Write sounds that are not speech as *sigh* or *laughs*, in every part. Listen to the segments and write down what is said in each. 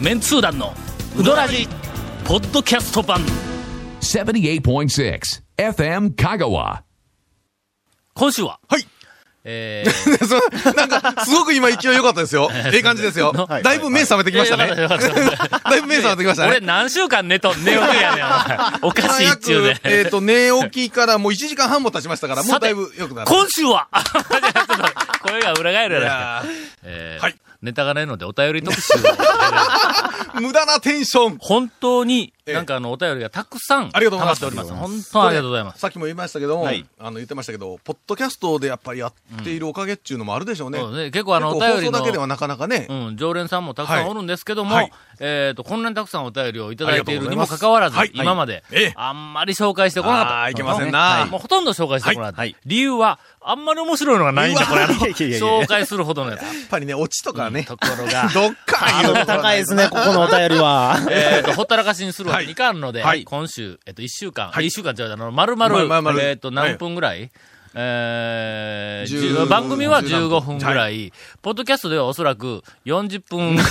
メンツー団のウドラジポッドキャスト版78.6 FM Kagawa. 今週は、はい。え *laughs* そうなんか、すごく今勢い良かったで *laughs* すよ。ええ感じですよ。はい *laughs* だいぶ目覚めてー、きましたいやよね。かったよかっただいぶ目覚めてきました俺ね。何週間寝と、寝ようやねんお前。*laughs* おかしいっちゅうね早。くえっと、寝起きからもう1時間半も経ちましたから、もさうだていぶ良くなる。今週は *laughs* あちょっと待って声が裏返るやいないか。やえーはいネタがないのでお便り特集 *laughs* を。ー無駄なテンション。本当に、ええなんかあの、お便りがたくさん、ありがとうございます溜っております。本当にありがとうございます。さっきも言いましたけども、はいあの、言ってましたけど、ポッドキャストでやっぱりやっているおかげっていうのもあるでしょうね。そうね結構あの、お結構便放り送だけでのは、なかなかね。うん、常連さんもたくさんおるんですけども、はいえっ、と、こんなにたくさんお便りをいただいているにもありがとうございまかすかわらず、はい今まで、ええあんまり紹介してこなかった。あーいけませんなはいもうほとんど紹介してこなかった。はいはい理由は、あんまり面白いのがないんだ、これ。あのいやいやいやいや紹介するほどのやつ。やっぱりね、オチとかね。、ところが *laughs* どっかハードル *laughs* 高いですね、ここのお便りは。えっと、ほったらかしにするわはけいにいかんので、はい今週、えっ、と、一週間、はい一週間ちゃうあの、丸まるまるま々、るえっ、と、何分ぐらい、えー十じゅう番組は十何15分分ぐらい、ポッドキャストではおそらく40分 *laughs* ぐら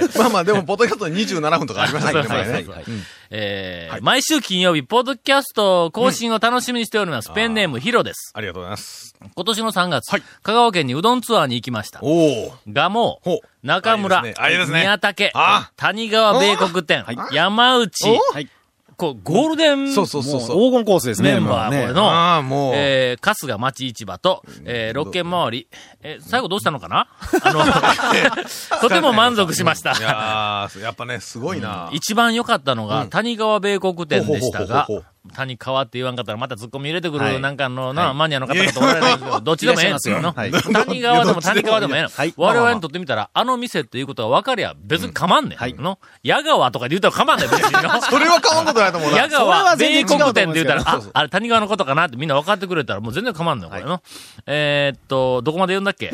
い。まあまあ、でも、ポッドキャストで27分とかありましたけどねはい前ねそうそうそううんえーはい毎週金曜日、ポッドキャスト更新を楽しみにしております。ペンネームヒロです。ありがとうございます。今年の3月、はい香川県にうどんツアーに行きました。おお。蒲ほ生う、中村、あいいですねあいいですね宮武あ、谷川米国店、山内、はい。こうゴールデンそうそうそうそう。黄金コースですね、メンバー、こもうねれあの、あ、もう。えー、春日町市場と、えー、六軒回り、えー、最後どうしたのかな *laughs* あの、 *laughs* とても満足しました。いやーやっぱね、すごいな。一番良かったのが、うん谷川米国店でしたがほうほうほうほうほ、谷川って言わんかったらまたツッコミ入れてくる、はいなんかあの、な、マニアの方かと思われるんですけど、どっちでもええんですよ。いらっしゃいのます谷川でも谷川でもええの。はい我まあまあ々まにあとってみたら、あの店っていうことは分かりゃ別に構わんねん。はいの矢川とかで言うたら構わんねん、別にの。それは買わんことないと思うな。矢それ川は米全国然違うと思うん店って言ったら、ですけどあ、あれ谷川のことかなってみんな分かってくれたらもう全然構わんのよ、これの。えーっと、どこまで言うんだっ *laughs* け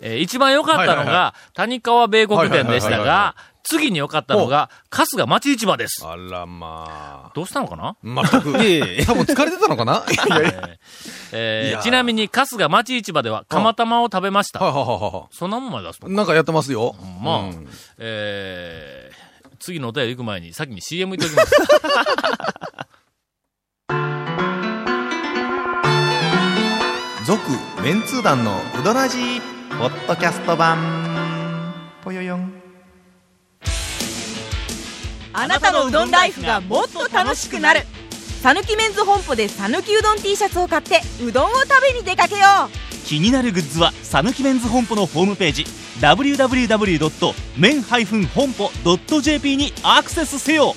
えー一番良かったはのいはいが、谷川米国店でしはいはいたはいはいはが、次に良かったのが、春日町市場です。あらまあ。どうしたのかなまったく。多分いえいえ疲れてたのかな *laughs* いやいや。はいえーいやーちなみに、春日町市場では、釜玉を食べました。はいはいはそんなもんまで出すとい。。なんかやってますよ。まあ、うんえー次のお便り行く前に、先に CM 行っておきます。続メンツー団のウドラジーポッドキャスト版ぽよよんあなたのうどんライフがもっと楽しくなるさぬきメンズ本舗でさぬきうどん T シャツを買ってうどんを食べに出かけよう気になるグッズはさぬきメンズ本舗のホームページ www.men-honpo.jp にアクセスせよ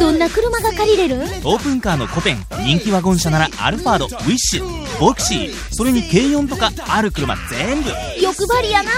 どんな車が借りれるオープンカーの古典人気ワゴン車ならアルファードウィッシュボクシーそれに軽4とかある車全部欲張りやな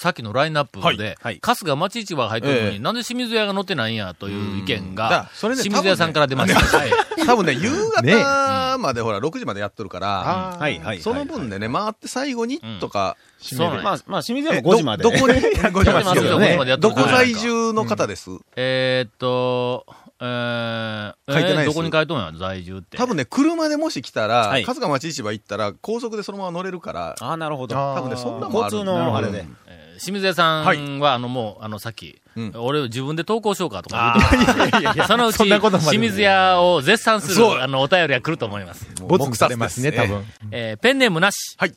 さっきのラインナップで、はい春日町市場が入ってるのに、ええなんで清水屋が乗ってないんやという意見うんだかがら、それね清水屋さんから出ました。はい多 *laughs* 分ね、夕方までほら、6時までやってるから、はいはいはい。その分でね、回って最後にとか、そうなんまやあ、まあ、清水え屋も5時まで。どどこ *laughs* に ?5 時までですけど5時までやってね。るどからこ在住の方ですえーっと、えー、え書いてないーですどこに書いとんや、在住って。多分ね、車でもし来たらは、い春日町市場行ったら、高速でそのまま乗れるから、ああ、なるほど。多分ね、そんなもんあ交る通のあれで。えー清水屋さんは、はいあの、もう、あの、さっき、うん俺自分で投稿しようかとか言うてたそのうち、そんなことまで清水屋を絶賛すそうる、あの、お便りが来ると思います。ボツされますね、多分。えーペンネームなし。はい。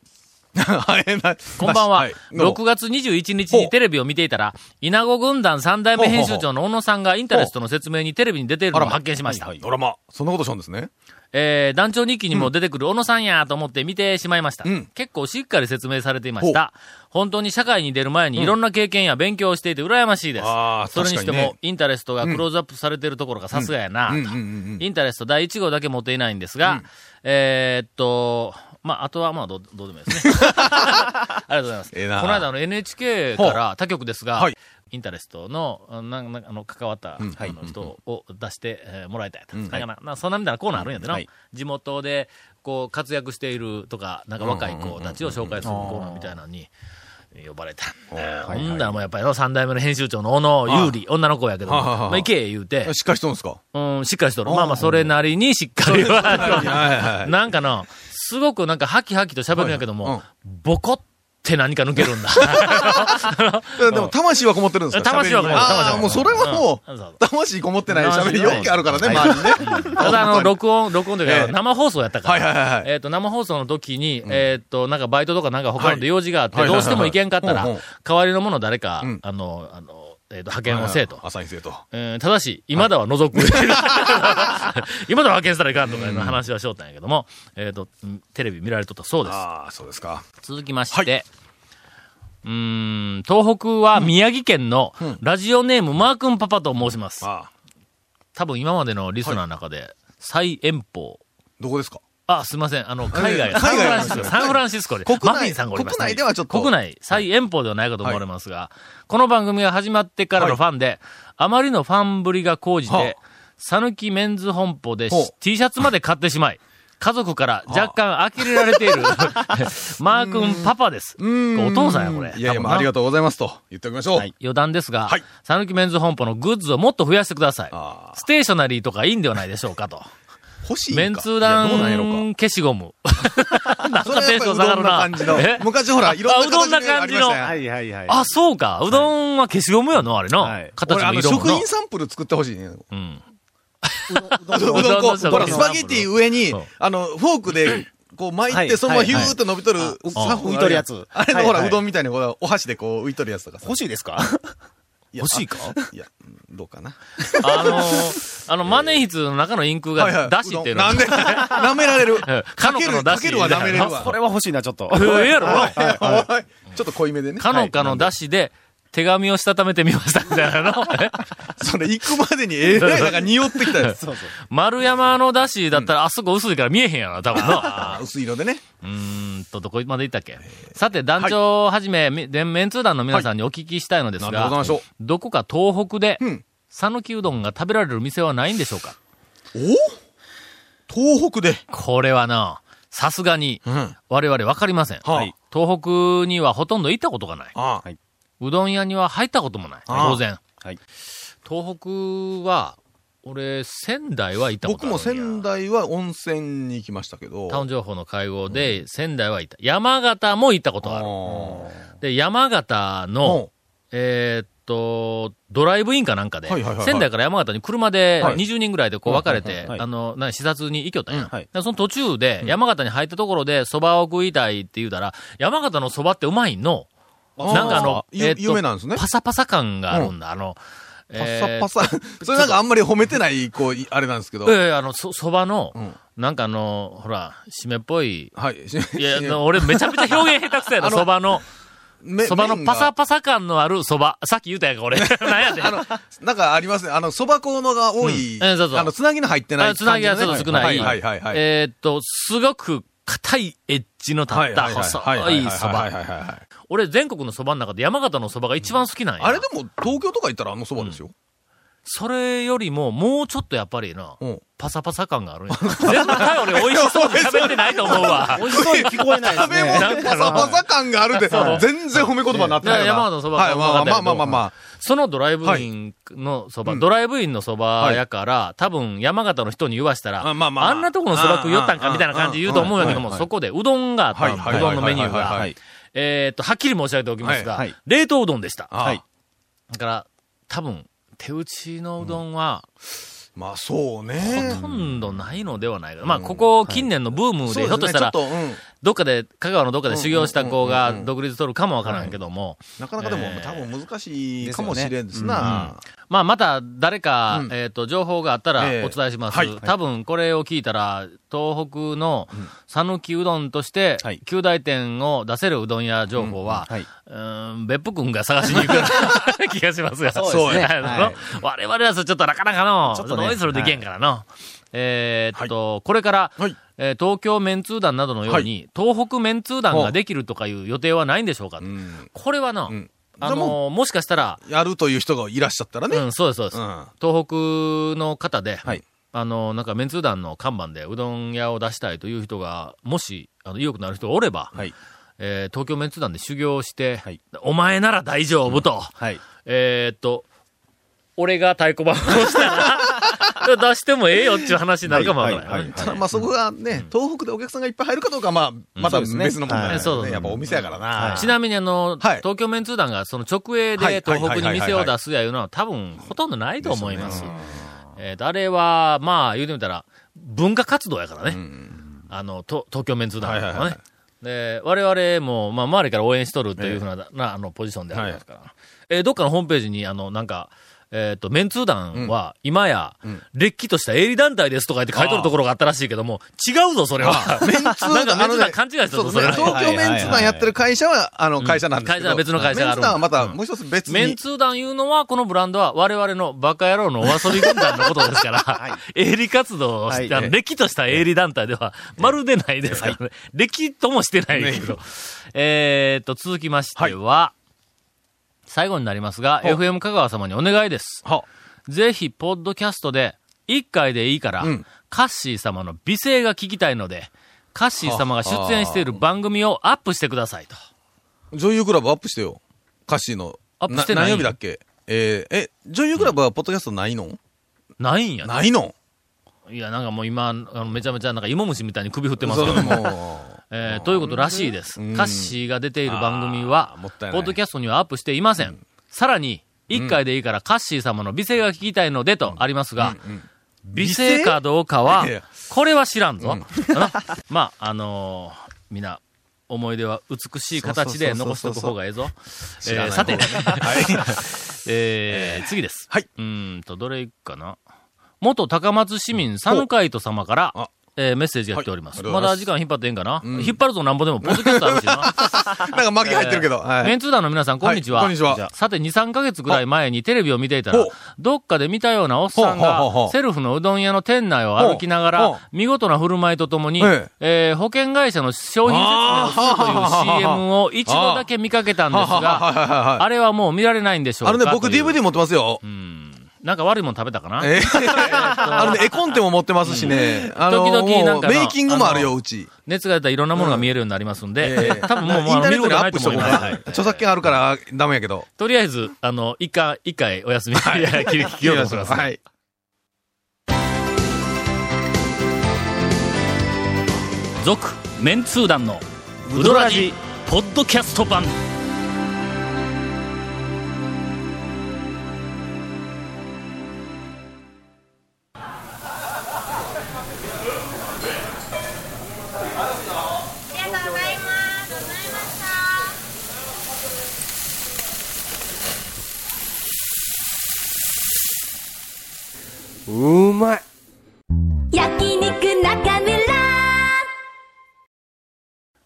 *laughs* はいなこんばんは。いどうも6月21日にテレビを見ていたら、稲子軍団3代目編集長の小野さんがインタレストの説明にテレビに出ているのを発見しました。ドラマ、そんなことしたんですね。えー団長日記にも出てくる小野さんやと思って見てしまいました。ん結構しっかり説明されていました。本当に社会に出る前にいろんな経験や勉強をしていて羨ましいです。あーそれにしても、確かにねインタレストがクローズアップされているところがさすがやなと、うんうんうんうんインタレスト第1号だけ持っていないんですが、えーっと、まあ、あとはまあどう、どうでもいい *laughs* ですね。ありがとうございます。ええなこの間あの NHK から他局ですが、はいインタレストの、あなんなんあの、関わった、あの人を出して、えーもらいたいと。なんかな、なそんなみたいなコーナーあるんやでな。地元で、こう、活躍しているとか、なんか若い子たちを紹介するコーナーみたいなのに、呼ばれた。はほいんはいだらもうやっぱりの、三代目の編集長の小野有利、女の子やけども、はあはあはあまあ、行け言うて、しっかりしとるんですかうん、しっかりしとる。まあまあ、それなりにしっかりは。はいなんかな、すごくなんかハキハキと喋るんやけども、はいはいボコって何か抜ける *laughs* んだ。 *laughs* い。でも、魂はこもってるんですか魂はこもってるああー、もうそれはもうんそうう、魂こもってない喋りよくあるからね、周りにね。ただ、あの、録音、録音というか、ええ生放送やったから。はいはいはい *laughs* えっ、と、生放送の時に、えっ、と、なんかバイトとかなんか他のではい用事があって、はいはいどはういしても行けんかったら、うんうん代わりのもの誰か、うんあの、あの、えっ、と、派遣をせえと。朝に生徒。えーただし、今だは除く。 *laughs* 今だは派遣したらいかんとかいう話はしよったんやけども、えっ、と、うんテレビ見られとったそうです。ああ、そうですか。続きまして、うーん、東北は宮城県のラジオネームマー君パパと申します。ああ、多分今までのリスナーの中で最遠方。どこですかあ、すいません。あの、海外、えサンフ海外ランなんシスですコ、よサンフランシスコで、国内マフィンさんがおります国内ではちょっと国内最遠方ではないかと思われますが、この番組が始まってからのファンで、あまりのファンぶりが高じはあて、さぬきメンズ本舗でほう T シャツまで買ってしまい、家族から若干呆れられてい *laughs* る、マー君パパです。これお父さんや、これ。いやいや、多分まなあありがとうございますと言っておきましょう。はい余談ですがはい、さぬきメンズ本舗のグッズをもっと増やしてください。ああ、ステーショナリーとかいいんではないでしょうかと。欲しいんかメンツーいやどうなんやろか。団消しゴム。なんそれかテンション下がるはやな。っぱりうど *laughs* んな感えじの。昔ほら、いろんな形のやつありましたあねいはいはい。あ、そうか。うどんは消しゴムやのあれは。ない形俺もあの、色も食の品。サンプル作ってほしいね。うん。うどんうどんこう、ほら、スパゲティ上にそう、あの、フォークで、こう巻いて、そのままヒューって伸びとる、サフ浮いとるやつあれのほはいら、はいうどんみたいに、ほら、お箸でこう浮いとるやつとかさ。欲しいですか欲しいかいや、うんどうかな。あのー、あの、マネヒツの中のインクが、だしっていうのなんで、舐めら *laughs* れる。かのけかのる、だかしけるは舐めれるわ。これは欲しいな、ちょっと。ええやろなおいちょっと濃いめでね。かのかのだしで、手紙をしたためてみました、みたいなの。えそれ行くまでにえらいなんか匂ってきたやつ。丸山のだしだったら、あそこ薄いから見えへんやろ、多分あな。ー薄い色でね。うーんと、どこまで行ったっけさて、団長をはじめ、めメンツー団の皆さんにお聞きしたいのですなるほどがな、しょどこか東北でうん、讃岐うどんが食べられる店はないんでしょうかお東北で。これはな、さすがに、ん我々わかりません。はい東北にはほとんど行ったことがない。あはい。うどん屋には入ったこともない。ああ当然。はい東北は、俺、仙台は行ったこ僕とあるんやも仙台は温泉に行きましたけど。タウン情報の会合で、仙台は行った。山形も行ったことある。あで、山形ーの、えーっと、ドライブインかなんかで、はいはいはいはい仙台から山形に車ではい20人ぐらいでこう分かれはいはてい、はいあの、な視察に行きよったんや。うんはいでその途中で、山形に入ったところで、蕎麦を食いたいって言うたら、山形の蕎麦ってうまいの。あーなんかあの、ゆーっと有名なんですねパサパサ感があるんだ、あの、えーパサパサ。 *laughs* それなんかあんまり褒めてない、こう、いあれなんですけど。いやいや、あの、そ、蕎麦の、んなんかあの、ほら、締めっぽい、 *laughs* はい。いや、あの俺めちゃめちゃ表現下手くそやな、蕎麦の、 *laughs* め蕎麦の麺パがサパサ感のある蕎麦。さっき言ったやんか、 *laughs* 俺。なんやで。あの、なんかありますね。あの、蕎麦粉のが多い。うんえそうそうあの、つなぎの入ってないあ感つじなのぎがね。ちょっと少ない。はいはいはいはい。えーっと、すごく硬いエッジの立はいっはたい細はいはいそはいはいば。はいはいはい俺、全国のそばの中で山形のそばが一番好きなんや。あれでも、東京とか行ったらあのそばですよ。それよりも、もうちょっとやっぱりな、うんパサパサ感があるんや。絶対俺、美味しそうに食べてないと思うわ。美味しそうに聞こえないです食べね。物にパサパサ感があるで、全然褒め言葉になってないよな。山形の蕎麦はい、まあうままかったけどあまあまあまそのドライブインのそば、ドライブインのそばやから、多分山形の人に言わしたら、あまあまあんなとこのそば食いよったんかみたいな感じで言うと思うんやけども、そこでうどんがあっあ。はたいの、はいうはどんいのはメいニューはいはが。い。えーっと、はっきり申し上げておきますが、はいはい冷凍うどんでした。ははいい。だから、多分、手打ちのうどんは、まあそうね。ほとんどないのではないかな。まあ、ここ近年のブームそで、うひょっとしたらで、すねちょっとうんどっかで、香川のどっかで修行した子が独立取るかもわからんけども、なかなかでもえー多分難しいかもしれんですな。まあ、また誰かう、んえっと、情報があったらええお伝えしまはいす。多分、これを聞いたら、東北の讃岐うどんとしてはい、九大店を出せるうどん屋情報は、はい。うん、別府君が探しに行くような気がしますが。そう *laughs* ですねはいはい我々はちょっとなかなかの、ちちょょっっととねノイズルできへんからの。えーっと、これから、はいえー東京メンツー団などのように、東北メンツー団ができるとかいう予定はないんでしょうか、うん。これはな、うんあのーもしかしたら、やるという人がいらっしゃったらね。ううん。ん、そうです、そうです。あ東北の方で、はいあの、なんかメンツー団の看板でうどん屋を出したいという人が、もし、あの、意欲のある人がおれば、はいえー東京メンツ団で修行して、はいお前なら大丈夫と、はい。えーっと、俺が太鼓判をした *laughs* ら、出してもええよっていう話になるかもわからない。はいまあそこがね、東北でお客さんがいっぱい入るかどうかはまあ、まそたうですね別の問題はだいそうよそうね。やっぱお店やからはな。ちなみにあの、はい東京メンツー団がその直営はいはでいはい東はいは北いに店を出すやいうのは多分ほとんどないと思います。えーとあれは、まあ言うてみたら、文化活動やからね。あの、と東京メンツー団とかね。はいはいはいで、我々も、まあ、周りから応援しとるというふうな、な、あの、ポジションでありますから。えーどっかのホームページに、あの、なんか、えっ、と、メンツー団は、今や、れっきとした営利団体ですとか言って書いとるところがあったらしいけども、違うぞ、それは。メンツ団なんかメンツーあの団ね勘違いしてるそうぞ、でそすれね。は。東京メンツ団やってる会社は、あの、会社なんですけ会ど。社は別の会社があるメンツ団はまた、もう一つ別メンに。ツー団いうのは、このブランドは我々のバカ野郎のお遊び軍団のこと *laughs* ですから、営利活動をして、はいあの、れっきとした営利団体では、まるでないですからね。れっきともしてないけど。えーっと、続きましては、最後になりますが、FM 香川様にお願いです。ぜひ、ポッドキャストで、1回でいいから、カッシー様の美声が聞きたいので、カッシー様が出演している番組をアップしてくださいと。女優クラブアップしてよ。歌詞の。アップしてない何曜日だっけえーえ、女優クラブはポッドキャストないのないんやねないのいや、なんかもう今、あのめちゃめちゃなんか芋虫みたいに首振ってますそけれども。 *laughs* もう。えーということらしいです。カッシーが出ている番組はあーもったい、なポいッドキャストにはアップしていません。さらに、一回でいいからカッシー様の美声が聞きたいのでとありますが、美声かどうかは美声、これは知らんぞ。な *laughs* まあ、あのーみんな、思い出は美しい形で残しとく方がええぞ。えーさて、 *laughs* えー次です。はいうーんと、どれいくかな。元高松市民、サヌカイト様からあ、えーメッセージが来ております。はいありがとまうございますだ時間引っ張っていいんかな、引っ張るとなんぼでも、ポッドキャストあ *laughs* るしな。なんか負け入ってるけど。はいメンツー団の皆さん、こんにちは。はいこんにちはさて、2、3ヶ月ぐらい前にテレビを見ていたらほう、どっかで見たようなおっさんほうほうほうがほ、うセルフのうどん屋の店内を歩きながほうほら、見事な振る舞いとともに、ええー保険会社の商品説明をするという CM を一度だけ見かけたんですはいはいが、はいはい。あれはもう見られないんでしょうかあのね、僕という DVD 持ってますよ。なんか悪いもん食べたかなえー *laughs* あのね、絵コンテも持ってますしね。あの時々なんかもなうメイキングもあるよ、うち。熱が出たらいろんなものが見えるようになりますんで、えー多分もう、イもンうタ見ーネるッこトとにはアないッとプし思います。とこう *laughs* か。著作権あるからダメやけど。とりあえず、あの、一回、一回お休み、いや、切り聞きようと思います。はい。続、メンツー団の、ウドラジ、ポッドキャスト版。焼肉中村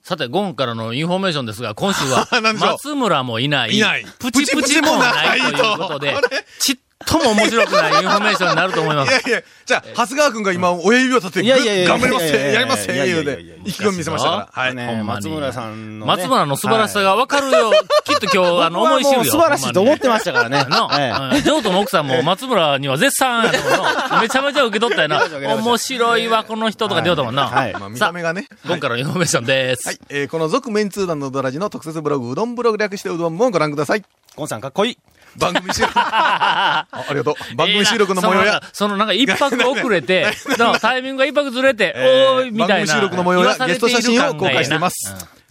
さて、ゴンからのインフォメーションですが、今週 *laughs* は何、でしょう松村もいない、いないプチプチもないとプチプチもないということでこ、ちっとも面白くないインフォメーションになると思いまいす。やいや、じゃあ、長谷川君が今、親指を立てて、いやいやいや頑張りますいやいやいややりますいやい言やういやいやで、意気込み見せましたから。はい。ほんまね、に松村さんのね、松村の素晴らしさがわかるよ。きっと今日、あの、僕は思い知もるよ。う素晴らしいと思ってましたからね。の、 *laughs* えうん譲渡の奥さんも松村には絶賛やと思うのめちゃめちゃ受け取ったや受け取りまな。した面白いわ、この人とか出ようと思うな。はいまあ、見た目がね。今回のインフォメーションです。はい。えーこの続メンツー団のうどらじの特設ブログ、うどんブログ略してうどんもご覧ください。ゴンさんかっこいい。番組収録。あありがとう。番組収録の模様ええやな。そのなんかそのなんか一泊遅れ *laughs* て、なんかタイミングが一泊ずれて、えーおーい、みたいな。番組収録の模様やゲスト写真を公開しています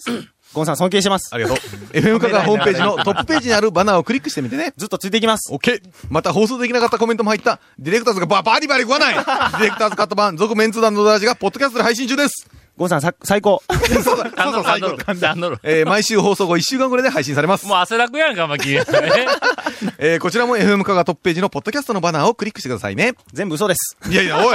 うん。ゴンさん尊敬してますあ。りがとう。FM カがホームページのトップページにあるバナーをクリックしてみてね。ずっとついていきます。 OK! また放送できなかったコメントも入った、ディレクターズがババリバリ食わな *laughs* いディレクターズカット版、続メンツ団のドラジが、ポッドキャストで配信 *laughs* 中ですゴンさんさ最高。そうそう、そうあんそのる、う、あ最んの後る。、あんのる。えー毎週放送後1週間ぐらいで配信されますもう。汗だくやんか、ま *laughs* き。ねえーこちらも FM カがトップページのポッドキャストのバナーをクリックしてくださいね。全部嘘です。いやいや、 *laughs* おいち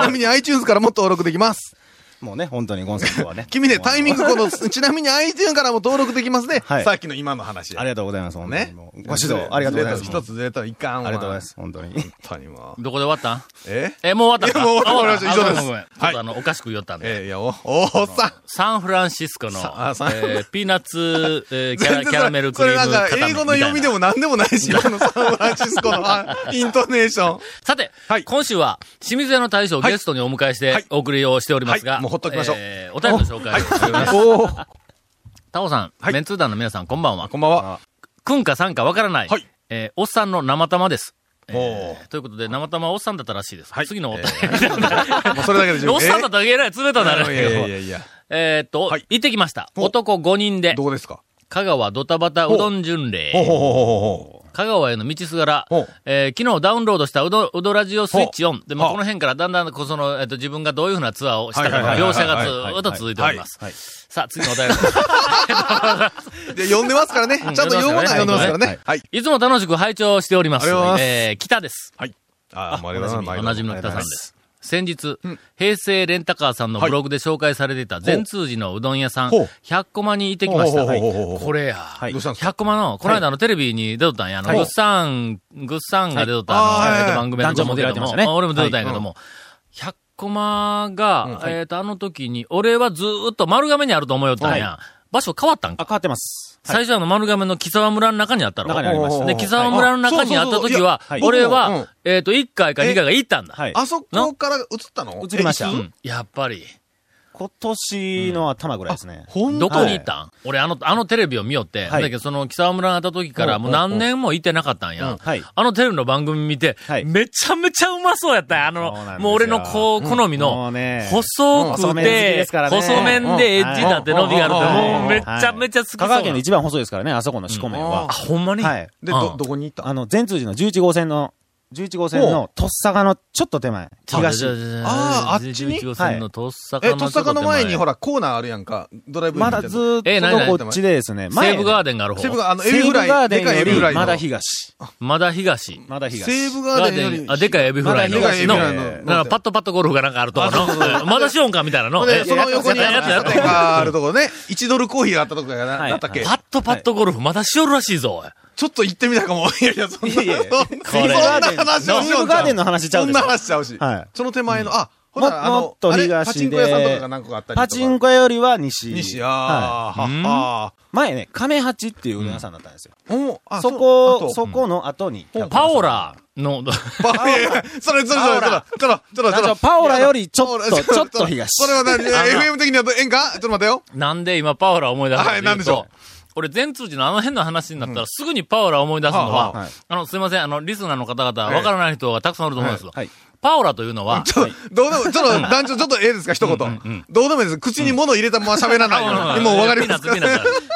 なみに iTunes からも登録できます。。もうね、本当にゴンさん今日はね *laughs* *laughs* 君ね、タイミングこの、ちなみに iTunes からも登録できますね。はいさっきの今の話。ありがとうございます。本当にねもう。ご指導ありがとうございます。ずれた一つずれたらいかんわ。ありがとうございます。本当に。本当にもう。どこで終わったんええ、もう終わったんいやもう終わったあ終わりましたごめんごめん以上ですちょっとあの、おかしく言おったんで。えーいや、お、おっさん。サンフランシスコの、さあサンえーピーナッツ、えーキャ全ラ然キャラメルクリームそれなんか固め英語の読みみたでいなも何でもないし、あのサンフランシスコのあイントネーション。さて、はい今週は、清水屋の大将をはいゲストにお迎えしてはい、お送りをしておりますが、はいもうほっときましょうえーお便りの紹介をお願いします。おおタオさん、はいメンツー団の皆さん、こんばんは。こんばんは。くんかさんかわからない。はいえーおっさんの生玉です。えーおーということで、生玉はおっさんだったらしいです。はい次のお便もうそれだけでり。十 *laughs* 分。おっさんだったらえらい冷たなるえけいどやいやいやいや。えーっと、はい行ってきました。お男5人でど、こですか香川ドタバタうどん巡礼。ほうほうほうほうほ香川への道すがらほう、えー昨日ダウンロードしたうど、うどラジオスイッチオン。で、まあ、はあこの辺からだんだん、こうその、えっ、と、自分がどういうふうなツアーをしたかのはいはいはい描写がはいずはいはいーっと続いております。はいさあ、次のお便り。 *laughs* う。で、呼んでますからね。ちゃんと読むのは呼んでますからね。はい。いつも楽しく拝聴しております。ありがとうございますえー、北です。あー、もうありがとうございますおなじみの北さんです。先日、平成レンタカーさんのブログで紹介されていたい全通寺のうどん屋さんほう、 100コマに行ってきました。ほうほうほうほうほうこれや。いどうしたんですか100コマの、この間あのテレビに出とったんや。あの、はいグッサン、グッサンが出とったはいあのえあーっはとい番組の団長も出られてましたねあ俺も出とったんやけども、100コマが、えっと、あの時に、俺はずーっと丸亀にあると思いよったんや。場所変わったんかあ、変わってます。最初はあの丸亀の木沢村の中にあったろ中にありましたで、木沢村の中にあった時ははい、俺そうそうそういやは、はいえっと、1回か2回が行ったんだ。はい。あそこから映ったの映りましたえいうつんやっぱり。今年の頭ぐらいですね。ほんどこに行ったん、俺、あの、あのテレビを見よって、はいだけど、その、木沢村があった時から、うんもう何年も行ってなかったんや。うんはいあのテレビの番組見て、はいめちゃめちゃうまそうやったんや。あそうなんですの、よもう俺のこう、好みものう、ね細細く麺好きてで、すからね細麺でエッジだって伸びがあるって、うんもうめちゃめちゃ好きそう香な川県で一番細いですからね、あそこの四股麺はあ、。ほんまに、はい。で、うど、んどこに行ったあの、全通寺の11号線の、11号線の、とっさがのちょっと手前、東。あーあっちに11号線のとっさかえ、のとっさかの前にほら、ら、コーナーあるやんか。ドライブインまみたいなだずーえないっないとこっちでですね、西武ガーデデンがある方西。武が、あの、エビ西フ武ラガーイ、デでンかいエよビフラり、イの。まだ東。まだ東。まだ東。西武ガガーーデンよデりン、。あ、でかいエビフライの。まだでかいエビフライののだからパッとパッとゴルフがなんかあるとこの。まだしよんかみたいなの。でえその横にやったややったつやったがあるとこね、1ドルコーヒーがあったとこやな、はいだったっけパッとパッとゴルフ、まだしよるらしいぞ。おいちょっと行ってみたかも。 *laughs* いやいや、そんな、そんいやいやこれなそんな話をし西よ武うじゃんガーデンの話ちゃそうんですなよ。話しちゃうしはい。その手前の、あ、ほもら、あものっ、とあれパ東チンでコ屋さんとかが何個かあったりとか。パチンコ屋よりは西。西、あはーはいはっはい前ね、亀八っていううどん屋さんだったんですよ。おあそうあこ、とそこの後に。パオラの、 *laughs* パ *laughs* いやいやそれ、それ、それ、それ、それ、それ、そ団長れ。パオラよりちょっそと、れちょっと東。それは何、FM 的にはええんかちょっと待ってよ。なんで今パオラ思い出すのはいなんでしょう俺、全通じのあの辺の話になったら、すぐにパオラ思い出すのは、はあはいあの、すいません、あの、リスナーの方々、わからない人がたくさんいると思うんですよ。はい。パオラというのは、ちょ、どうでも、ちょっと、団長、ちょっとええですか、一言。どうでもいいです。口に物入れたまま喋らないように。もうわかりますかピーナッツピーナッツ *laughs*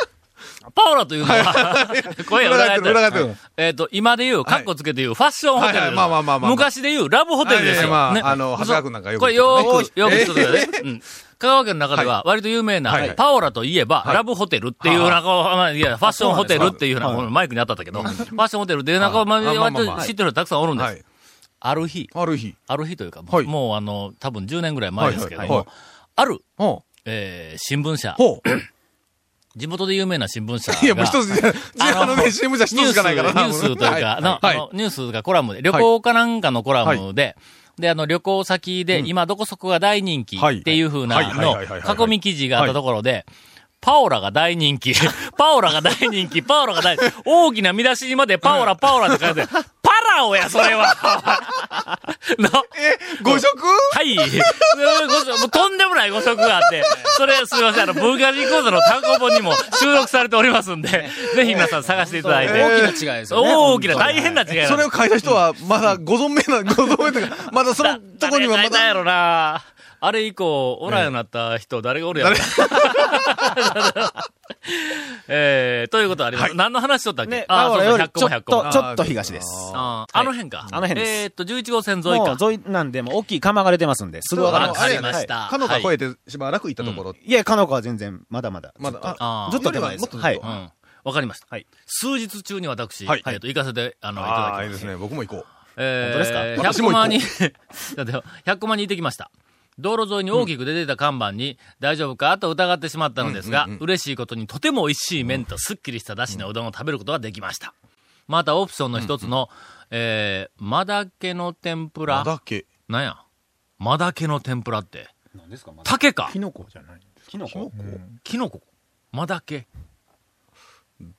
パオラというのは、声が裏返って裏返ってる裏返ってるうんえっ、と、今で言う、カッコつけて言う、ファッションホテル。はいはいまあまあまあまあ昔で言う、ラブホテルですよ。はいはいまああのそう長谷川君なんかよくこれよーく、よく聞くとね、うん香川県の中では、は割と有名な、はいパオラといえば、ラブホテルっていうはあなんか、まあいや、ファッションホテルっていうような、はいこのマイクにあったんだけど、ファッションホテルっていうなんか、はいまああまあまあ割まあと知ってる人たくさんおるんです。はい。ある日、ある日。ある日というか、はいもうあの、多分10年ぐらい前ですけども、はいはいはいある、ほえー新聞社う。、ほう。地元で有名な新聞社が。 *laughs* いや、もう一つじゃ、あのね、CM じゃ一ニューつしス、かないからな。ニュースというか、あのはあいの。ニュースがコラムで、旅行かなんかのコラムで、で、あの、旅行先で、今どこそこが大人気はいっていう風はいなはいのはいはいはい囲み記事があったところで、パオラが大人気、 *laughs* パオラが大人気、パオラが大、大きな見出しにまでパオラ、パオラって書い *laughs* て、パラオや、それはの、え、誤食はい。ご食もうとんでもない誤食があって、それ、すみません、あの、ブーガリー講座の単語本にも収録されておりますんで、ぜひ皆さん探していただいて。大きな違いですよね。大きな、大変な違いなんそれを書いた人は、まだご存命な、ご存命とい *laughs* うか、まだそのとこに誰はまがいたんやだ。ろな。あれ以降、おらんようになった人、誰がおるやろな。 *laughs* えー、ということはあります。何の話しとったっけ、ね、あパー、オそラうそよう、り100ち個もょっ100個もと、ちょっと東です。あーあの辺か。あの辺ですえーっと、11号線沿いもかう、。ゾイなんで、もう大きい釜が出てますんで、すぐわかりわます。かりました。かのかはい越えてしばらく行ったところ。いや、かのこは全然、まだまだ。まだ、あーずっと手前でもっす。とはずっいと。うん。わかりました。はい数日中に私、はいえっと、行かせて、あの、いただきあまあ、すいいですね。僕も行こう。え本当ですかー私100コも行こマうに、 *laughs* だって100コマに行ってきました。道路沿いに大きく出ていた看板に、大丈夫かと疑ってしまったのですが、嬉しいことにとても美味しい麺とすっきりしただしのうどんを食べることができました。またオプションの一つの、えー、まだけの天ぷまら。だけ。なんやまだけの天ぷらって。竹かキノコじゃないキノコキノコまだけ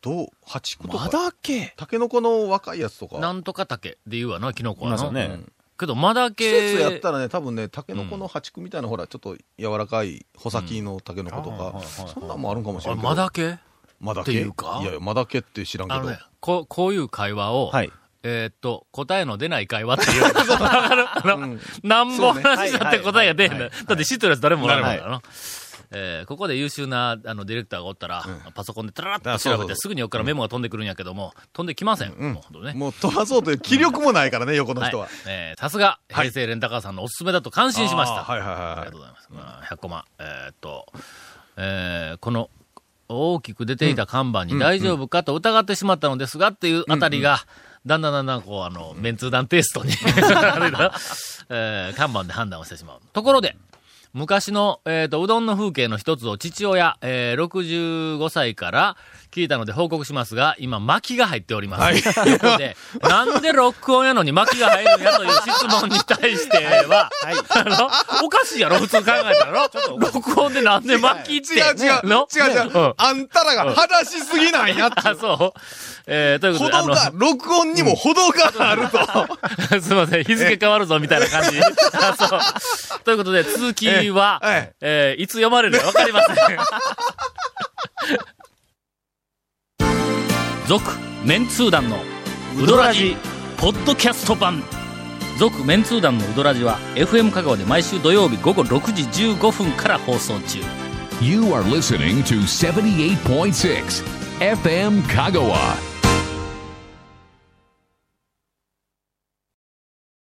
どう、八個とまか。だけタケノコの若いやつとか。なんとか竹で言うわな、キノコいはまなすよね。けど、まだ季け。節やったらね、多分ね、タケノコの破竹みたいな、ほら、ちょっと柔らかい、穂先のタケノコとうんあかーはいはいは、いそんなんもあるんかもしあれれ、ない。まだけまだっていうかいやいや、まだけって知らんけあのど。ね、こう、こういう会話を、はいえーっと、答えの出ない会話 *laughs* っていう。わかるあうのん、なんぼそうね話したって答えが出へんはいのはだいはいはいって知ってるやつ誰もおらんからなるな。えーここで優秀な、あの、ディレクターがおったら、パソコンでタラッとあそう調そうべて、すぐに横からメモが飛んでくるんやけども、飛んできません。もうほんとね。もう飛ばそう *laughs* という気力もないからね、横のはい人は。。えーさすが、平成レンタカーさんのおすすめだと感心しました。あーはいはいはいはいありがとうございます。まあ、100コマ。えーっと、えーこの、大きく出ていた看板に大丈夫かと疑ってしまったのですが、っていうあたりが、だんだんだんだん、こう、あの、メンツー団テイストに、 *laughs* あれだえー看板で判断をしてしまう。ところで、昔の、えっ、と、うどんの風景の一つを父親、えー、65歳から聞いたので報告しますが、今、薪が入っております。ということで、なんでロックオンやのに薪が入るんやという質問に対しては、あの、おかしいやろ普通考えたらろロックオンでなんで薪って。違う違う、の違う違んう、あんたらが話しすぎなんやって。 *laughs* あ、そう。えー、というこ歩とで、あ道の、が、録音にも歩道があると。 *laughs* すいません、日付変わるぞ、みたいな感じ。 *laughs* あそう。ということで、続きは、ええーいつ読まれるかわかりません。 *laughs* 続、メンツー団の、ウドラジ、ポッドキャスト版。続、メンツー団のウドラジは、FM 香川で毎週土曜日午後6時15分から放送中。 You are listening to 78.6 FM Kagawa.